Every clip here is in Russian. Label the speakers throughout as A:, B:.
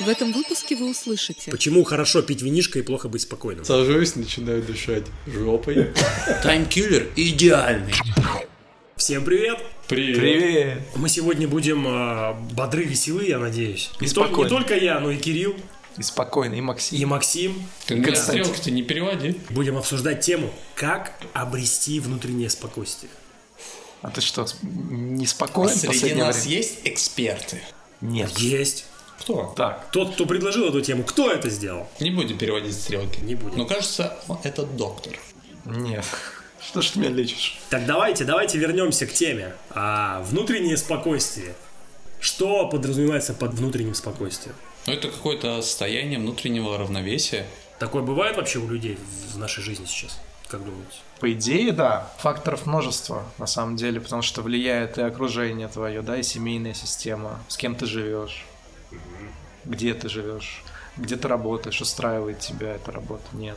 A: В этом выпуске вы услышите
B: Почему хорошо пить винишко и плохо быть спокойным?
C: Сажусь, начинаю дышать жопой.
D: Таймкиллер идеальный.
B: Всем привет!
C: Привет.
D: Привет.
B: Мы сегодня будем а, бодры, веселы, я надеюсь.
E: И
B: не, тол- не
E: спокойны.
B: только я, но и Кирилл,
E: И спокойно, и Максим.
B: и Максим.
C: Ты на меня
E: Константин.
C: стрелки-то не переводи.
B: Будем обсуждать тему «Как обрести внутреннее спокойствие».
E: А ты что, с- не спокоен в
D: Среди
E: последнее
D: нас
E: время?
D: есть эксперты.
E: Нет.
B: Есть.
C: Кто?
E: Так,
B: Тот, кто предложил эту тему, кто это сделал?
C: Не будем переводить стрелки.
B: Не будем.
D: Но кажется, он- это доктор.
E: нет. Что ж ты меня лечишь?
B: Так давайте, давайте вернемся к теме. А, внутреннее спокойствие. Что подразумевается под внутренним спокойствием?
D: Но это какое-то состояние внутреннего равновесия.
B: Такое бывает вообще у людей в нашей жизни сейчас? Как думаете?
E: По идее, да. Факторов множество, на самом деле, потому что влияет и окружение твое, да, и семейная система, с кем ты живешь, где ты живешь, где ты работаешь, устраивает тебя эта работа, нет.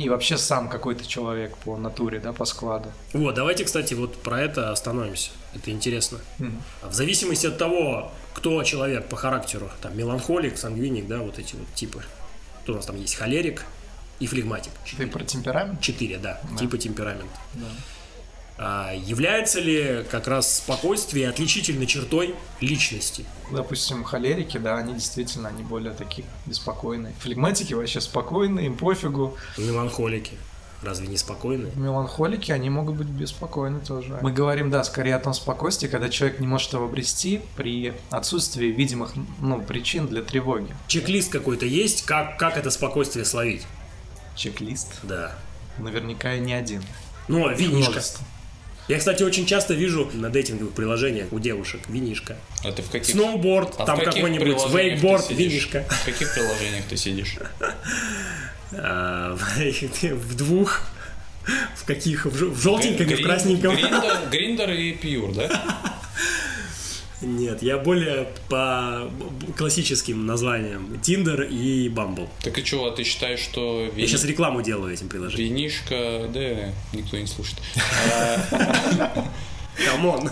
E: И вообще сам какой-то человек по натуре, да, по складу.
B: Вот, давайте, кстати, вот про это остановимся. Это интересно. А В зависимости от того, кто человек по характеру, там, меланхолик, сангвиник, да, вот эти вот типы. Кто у нас там есть? Холерик и флегматик.
E: Ты про темперамент?
B: Четыре, да, типа темперамент. А является ли как раз спокойствие отличительной чертой личности?
E: Допустим, холерики, да, они действительно, они более такие беспокойные. Флегматики вообще спокойные, им пофигу.
B: Меланхолики. Разве не спокойные?
E: Меланхолики, они могут быть беспокойны тоже. Мы говорим, да, скорее о том спокойствии, когда человек не может его обрести при отсутствии видимых, ну, причин для тревоги.
B: Чек-лист какой-то есть, как, как это спокойствие словить?
E: Чек-лист?
B: Да.
E: Наверняка и не один.
B: Ну, винишка.
E: Множество.
B: Я, кстати, очень часто вижу на дейтинговых приложениях у девушек винишка.
D: А ты в каких...
B: Сноуборд,
D: а в
B: там
D: каких
B: какой-нибудь
D: приложениях ты
B: вейкборд,
D: сидишь?
B: винишка.
D: В каких приложениях ты сидишь?
B: А, В двух. В каких? В жё- в желтеньком и в
D: Грин-
B: красненьком.
D: Гриндер, Гриндер и Пьюр, да?
B: Нет, я более по б- классическим названиям. Тиндер и Бамбл.
D: Так и чего, ты считаешь, что
B: Я
D: вини-
B: сейчас рекламу делаю этим приложением.
D: винишка... Да, никто не слушает.
B: Камон.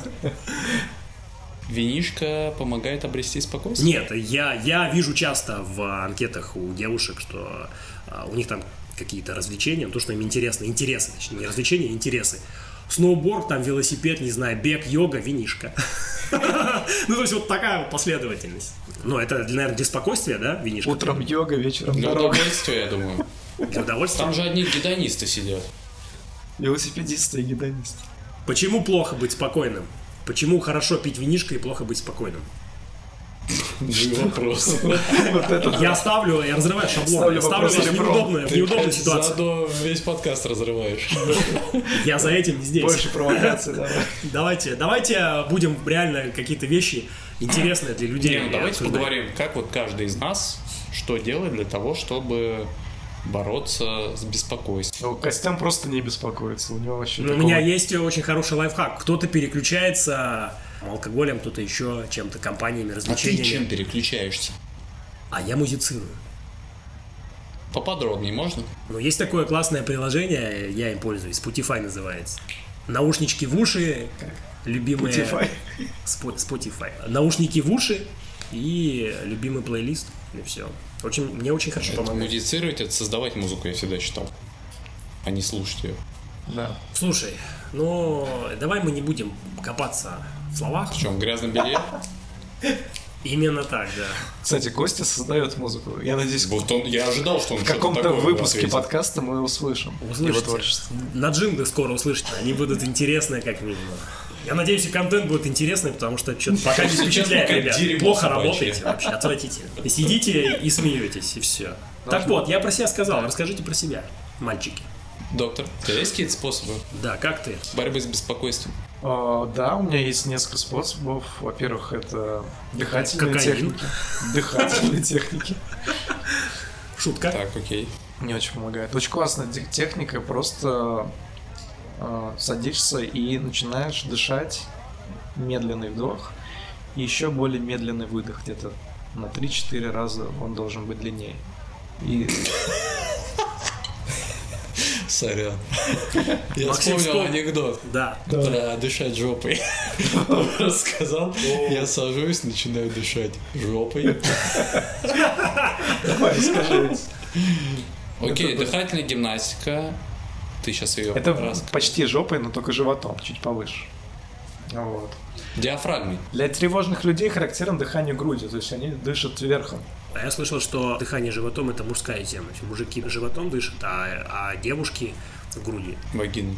D: Винишка помогает обрести спокойствие?
B: Нет, я, я вижу часто в анкетах у девушек, что а, у них там какие-то развлечения, ну, то, что им интересно, интересы, точнее, не развлечения, а интересы. Сноуборд, там велосипед, не знаю, бег, йога, винишка. Ну, то есть вот такая вот последовательность. Ну, это, наверное, для спокойствия, да, винишка?
E: Утром йога, вечером
D: Для
E: дорога.
D: удовольствия, я думаю.
B: Для
D: Там
B: удовольствия.
D: же одни гедонисты сидят.
E: Велосипедисты и гедонисты.
B: Почему плохо быть спокойным? Почему хорошо пить винишко и плохо быть спокойным?
D: Вопрос.
E: Вот это
B: Я ставлю, я разрываю шаблон,
E: Ставлю
B: я ставлю
E: вопрос
B: вас в
E: ребром.
B: неудобную, в неудобную ситуацию.
D: Заодно весь подкаст разрываешь.
B: Я за этим и здесь.
E: больше провокации, давай.
B: Давайте, давайте будем реально какие-то вещи интересные для людей.
D: Не, ну давайте
B: обсуждать.
D: поговорим, как вот каждый из нас что делает для того, чтобы бороться с беспокойством.
E: Ну, Костян просто не беспокоится, у него вообще
B: Ну, У
E: такого-
B: меня есть очень хороший лайфхак. Кто-то переключается алкоголем, кто-то еще чем-то, компаниями,
D: А ты
B: развлечениями.
D: чем переключаешься?
B: А я музицирую.
D: Поподробнее можно?
B: Но есть такое классное приложение, я им пользуюсь, Spotify называется. Наушнички в уши, любимые...
E: Spotify.
B: Спо- Spotify. Наушники в уши и любимый плейлист, и все. Очень, мне очень хорошо помогает.
D: Музицировать это создавать музыку, я всегда считал. А не слушать ее.
E: Да.
B: Слушай, ну давай мы не будем копаться в словах.
D: В чем, в грязном белье?
B: Именно так, да.
E: Кстати, Костя создает музыку. Я надеюсь,
D: Вот он, я ожидал, что он
E: в
D: что-то
E: каком-то
D: такое мне
E: выпуске
D: ответит.
E: подкаста мы услышим его
B: Услышите.
E: творчество.
B: На джинглах скоро услышите, они будут интересные, как минимум. Я надеюсь, и контент будет интересный, потому что что-то пока не
D: Сейчас
B: впечатляет,
D: пока
B: ребят.
D: дерьмо
B: Плохо
D: собачье.
B: работаете вообще, отвратительно. И Сидите и смеетесь, и все.
D: Ну, а
B: Так вот, я про себя сказал, расскажите про себя, мальчики.
D: Доктор, у тебя есть какие-то способы
B: Да, как ты?
D: борьбы с беспокойством?
E: А, Да, у меня есть несколько способов. Во-первых, это дыхательные
B: Кокаин.
E: техники. Дыхательные техники.
B: Шутка?
D: Так, окей.
E: Мне очень помогает. Очень классная тех- техника. Просто а, садишься и начинаешь дышать. Медленный вдох. И еще более медленный выдох. Где-то на 3-4 раза он должен быть длиннее. И
D: Сорян. Я
B: Максим
D: вспомнил
B: вспомнил.
D: анекдот
B: Да.
D: про дышать жопой.
C: Рассказал, я сажусь, начинаю дышать жопой.
E: Давай, скажи.
D: Окей, дыхательная гимнастика. Ты сейчас ее
E: Это
D: раз.
E: почти жопой, но только животом, чуть повыше. Вот.
D: Диафрагмой.
E: Для тревожных людей характерно дыхание грудью, то есть они дышат верхом.
B: А я слышал, что дыхание животом это мужская тема. То есть Мужики животом дышат, а, а девушки груди.
D: Вагины.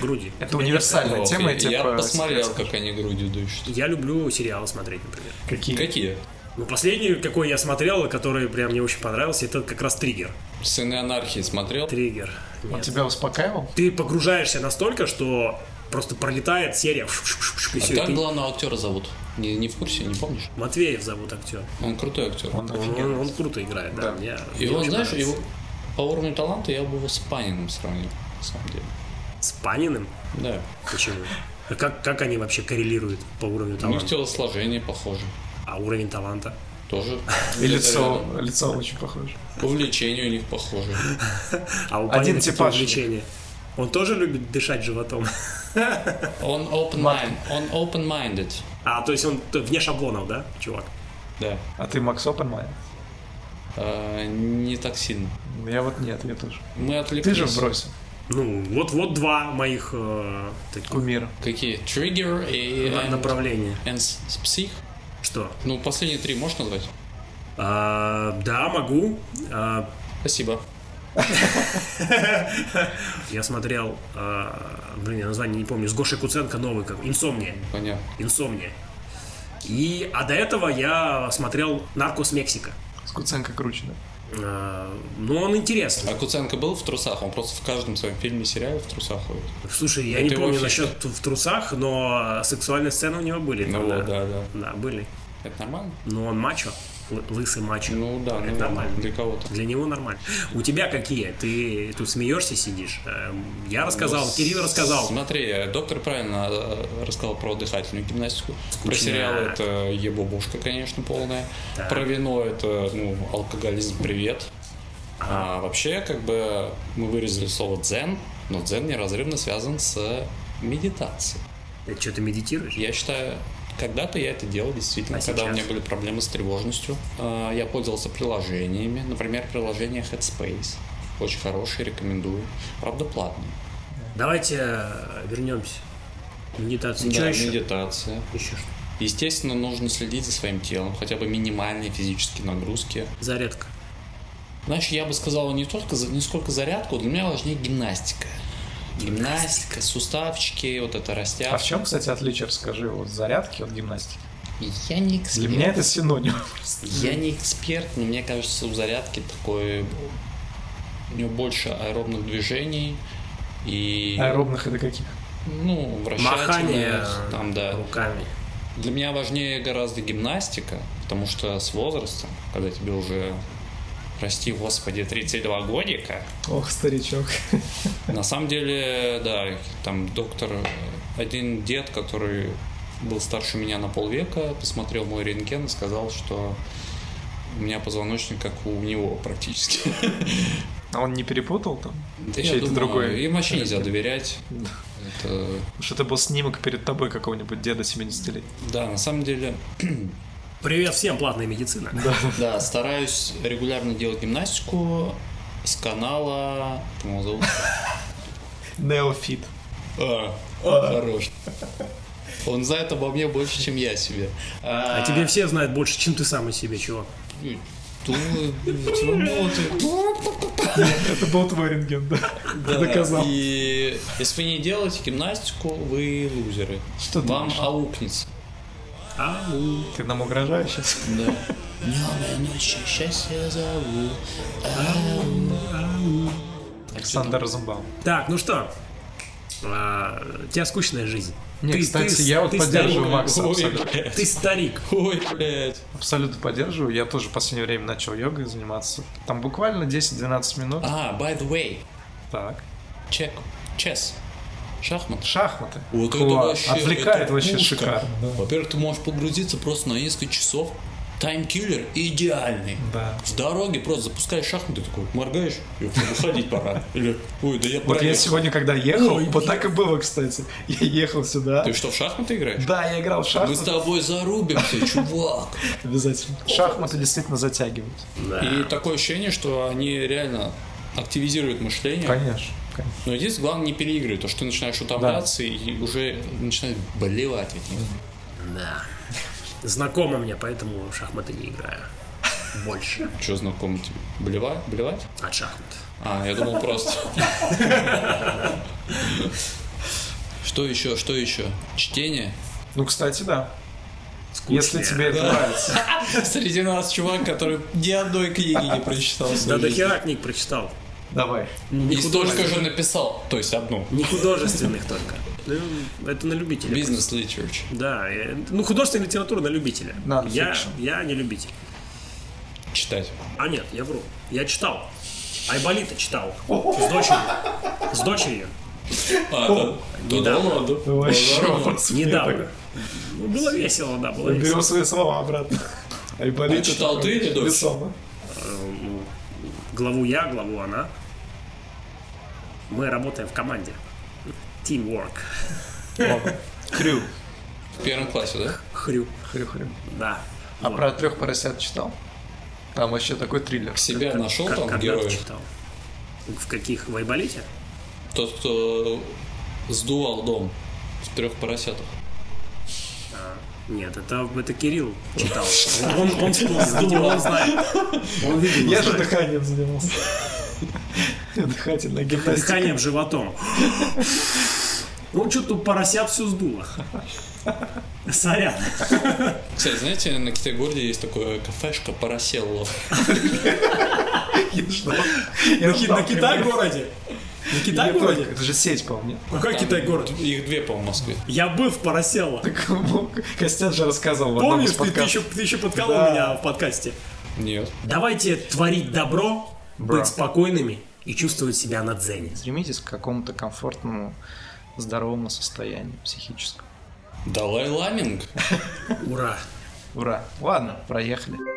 B: Груди.
E: Это универсальная
D: Ох,
E: тема.
D: я-
E: и, типа,
D: Я посмотрел, как они грудью дышат.
B: Я люблю сериалы смотреть, например.
E: Какие?
D: Какие?
B: Ну, последний, какой я смотрел, и который прям мне очень понравился, это как раз триггер.
D: Сыны анархии смотрел.
B: Триггер.
E: Он
D: А
B: Нет.
E: тебя успокаивал?
B: Ты погружаешься настолько, что просто пролетает серия. и
D: А
B: всё, и
D: как
B: ты-
D: главного актера зовут? Не, не в курсе, не помнишь?
B: Матвеев зовут актер.
D: Он крутой актер.
E: Он
B: Он,
E: офигенный.
B: он круто играет, да.
E: Да.
B: Мне-
D: И
B: мне
D: он,
B: очень
D: знаешь,
B: нравится.
D: его по уровню таланта я бы его с Паниным сравнил, на самом деле.
B: С Паниным?
D: Да.
B: Почему? А как, как они вообще коррелируют по уровню
D: У них
B: таланта?
D: телосложение похоже.
B: А уровень таланта?
D: Тоже.
E: И лицо, лицо очень похоже.
D: Увлечение у них похоже.
B: А у
E: Один
B: Панина какие
E: типаж.
B: увлечения? Он тоже любит дышать животом.
D: Он open mind. Он open minded.
B: А, то есть он т- вне шаблонов, да, чувак?
D: Да.
E: А ты Макс Опенмайн?
D: А, не так сильно.
E: Я вот нет, я тоже.
D: Мы
E: Ты
D: отвлеклись.
E: же брось.
B: Ну, вот, вот два моих э, таких
E: Кумир.
D: Какие? Trigger и
B: на-
D: and,
B: направления.
D: and s- Psych.
B: Что?
D: Ну, последние три можешь назвать?
B: А, да, могу. А,
D: Спасибо.
B: я смотрел, а, блин, я название не помню, с Гошей Куценко новый как «Инсомния».
D: Понятно.
B: «Инсомния». И, а до этого я смотрел «Наркос Мексика».
E: С Куценко круче, да?
B: А, ну, он интересный.
D: А Куценко был в трусах? Он просто в каждом своем фильме и сериале в трусах ходит.
B: Слушай, я
D: Это
B: не
D: его
B: помню
D: фишка.
B: насчет в трусах, но сексуальные сцены у него были.
D: Ну
B: там,
D: вот, да, да.
B: Да, были.
D: Это нормально?
B: Но он мачо, л- лысый мачо.
D: Ну да,
B: Это
D: ну
B: нормально.
D: для кого-то.
B: Для него нормально. У тебя какие? Ты тут смеешься, сидишь? Эм, Я
D: Ну,
B: рассказал, Кирилл рассказал.
D: Смотри, э, доктор правильно э, рассказал про дыхательную гимнастику. Про
B: Скучняк.
D: сериалы это ебобушка, конечно, полная.
B: Так.
D: Про вино это, ну, алкоголизм, привет. А вообще, как бы, мы вырезали слово дзен, но дзен неразрывно связан с медитацией.
B: Ты что, ты медитируешь?
D: Я считаю, когда-то я это делал, действительно,
B: А
D: когда у
B: сейчас?
D: меня были проблемы с тревожностью. А, Я пользовался приложениями, например, приложение Headspace. Очень хорошее, рекомендую. Правда, платное.
B: Давайте э, вернемся. Медитация.
D: Да,
B: Чё еще?
D: медитация.
B: Еще что?
D: Естественно, нужно следить за своим телом, хотя бы минимальные физические нагрузки.
B: Зарядка.
D: Иначе я бы сказал не только за- не сколько зарядку, для меня важнее гимнастика. Гимнастика, суставчики, вот это
E: А в
D: растяжка.
E: чем, кстати, отличие, расскажи, от зарядки от гимнастики?
D: Я не
E: Для
D: эксперт.
E: меня это синоним.
D: Я не эксперт, но мне кажется, у зарядки такой... У него больше аэробных движений и...
E: Аэробных это каких?
D: Ну,
B: Махание
D: вращательных,
B: э,
D: там, да.
B: руками.
D: Для меня важнее гораздо гимнастика, потому что с возрастом, когда тебе уже, прости господи, 32 годика,
E: Ох, старичок.
D: на самом деле, да, там доктор, один дед, который был старше меня на полвека, посмотрел мой рентген и сказал, что у меня позвоночник как у него практически.
E: А он не перепутал там?
D: Да я
E: Чей-то
D: думаю,
E: другой.
D: Им вообще нельзя доверять. Это...
E: Что это был снимок перед тобой какого-нибудь деда 70-летнего.
D: Да, на самом деле,
B: Привет всем, платная медицина.
D: Да, стараюсь регулярно делать гимнастику с канала... Как его зовут?
E: Неофит.
D: А, Хорош. Он знает обо мне больше, чем я себе.
B: А тебе все знают больше, чем ты сам о себе, чувак.
D: Думаю, всё равно ты-
E: Это был твой рентген, да?
D: Да,
E: Доказал.
D: И если вы не делаете гимнастику, вы лузеры.
E: Что ты
D: Вам
E: думаешь?
D: аукнется.
B: А, ну.
E: Ты нам угрожаешь сейчас?
D: Да. Днём и ночью счастье зову.
E: Александр Розенбаум.
B: Так, ну что? А, у тебя скучная жизнь.
E: Нет,
B: Ты-
E: кстати,
B: ты-
E: я вот
B: ты
E: поддерживаю
B: старик.
E: Макса
D: Ой,
E: абсолютно.
D: блядь.
B: Ты старик.
D: Ой, блядь.
E: Абсолютно поддерживаю. Я тоже в последнее время начал йогой заниматься. Там буквально 10-12 минут.
D: А, by the way,
E: Так.
D: чек, чес, шахмат.
E: Шахматы.
D: Вот это
E: Класс.
D: вообще-
E: Отвлекает
D: это
E: вообще
D: пушка.
E: шикарно. да.
D: Во-первых, ты можешь погрузиться просто на несколько часов Таймкиллер идеальный.
E: Да.
D: В дороге просто запускаешь шахматы, такой моргаешь, и выходить пора. Или, ой, да я
E: Вот я
D: проехал».
E: сегодня, когда ехал, вот так и было, кстати. Я ехал сюда.
D: Ты что, в шахматы играешь?
E: Да, я играл в
D: Мы с
E: шахматы.
D: тобой зарубимся, чувак.
E: Обязательно. Шахматы действительно затягивают.
D: И такое ощущение, что они реально активизируют мышление.
E: Конечно. конечно.
D: Но здесь главное не переигрывать, то что ты начинаешь утомляться и уже начинаешь болевать от них.
B: Да. Знакомо мне, поэтому в шахматы не играю. Больше.
D: Что знакомо тебе? Болевать? Болевать?
B: От шахмат.
D: А, я думал просто. Что еще, что еще? Чтение.
E: Ну, кстати, да.
B: Скучно.
E: Если тебе это нравится.
D: Среди нас чувак, который ни одной книги не прочитал. в
B: Да
D: своей
B: до
D: жизни.
B: хера книг прочитал.
E: Давай. Ну,
B: Не
D: И столько же
B: художественных.
D: написал, то есть одну.
B: Не художественных только. Ну, Это на любителя.
D: Бизнес literature.
B: Да, э, ну художественная литература на любителя.
E: На
B: я,
E: фикшн.
B: я не любитель.
D: Читать.
B: А нет, я вру. Я читал. Айболита читал. С дочерью. С дочерью.
D: А, да. Да, да,
B: недавно.
D: Ну, ладно.
E: Вообще.
B: Недавно. Ну, было весело, да, было весело.
E: Берем свои слова обратно. Айболит.
D: А читал ты или дочь?
E: Писал,
B: Ну, главу я, главу она. Мы работаем в команде. Teamwork.
E: да? Ладно. Хрю.
D: В первом классе, да?
B: Хрю.
E: Хрю, хрю.
B: Да.
E: А про трех поросят читал? Там вообще такой триллер.
D: Себя
B: Как-
D: нашел
B: как-
D: там
B: когда
D: героя?
B: ты читал? В каких? В Айболите?
D: Тот, кто сдувал дом в трех поросятах.
B: Нет, это, это Кирилл читал. Он, он, он вспомнил, видимо, он знает. Он, видимо,
E: Я же
B: знает.
E: дыханием занимался. Дыхательная гимнастика.
B: дыханием животом. Ну, что-то поросят все сдуло. Сорян.
D: Кстати, знаете, на Китай городе есть такое кафешка Пороселло.
E: Я ждал.
B: На,
E: Я
B: Ки-
E: ждал
B: на
E: прямой-
B: Китай-городе. На
E: Я помню,
B: Китай-городе.
E: Это же сеть, по-моему.
B: Какой Китай-город?
D: Их две, по-моему, в Москве.
B: Я был в Поросело.
E: Костян же рассказывал в одном
B: Помнишь,
E: из
B: ты, ты еще,
E: подкастов.
B: ты еще подколол
E: Да.
B: меня в подкасте.
D: Нет.
B: Давайте творить добро,
E: Бра.
B: быть спокойными и чувствовать себя на дзене.
E: Стремитесь к какому-то комфортному, здоровому состоянию психическому.
D: Далай Ламинг.
B: Ура!
E: Ура. Ладно, проехали.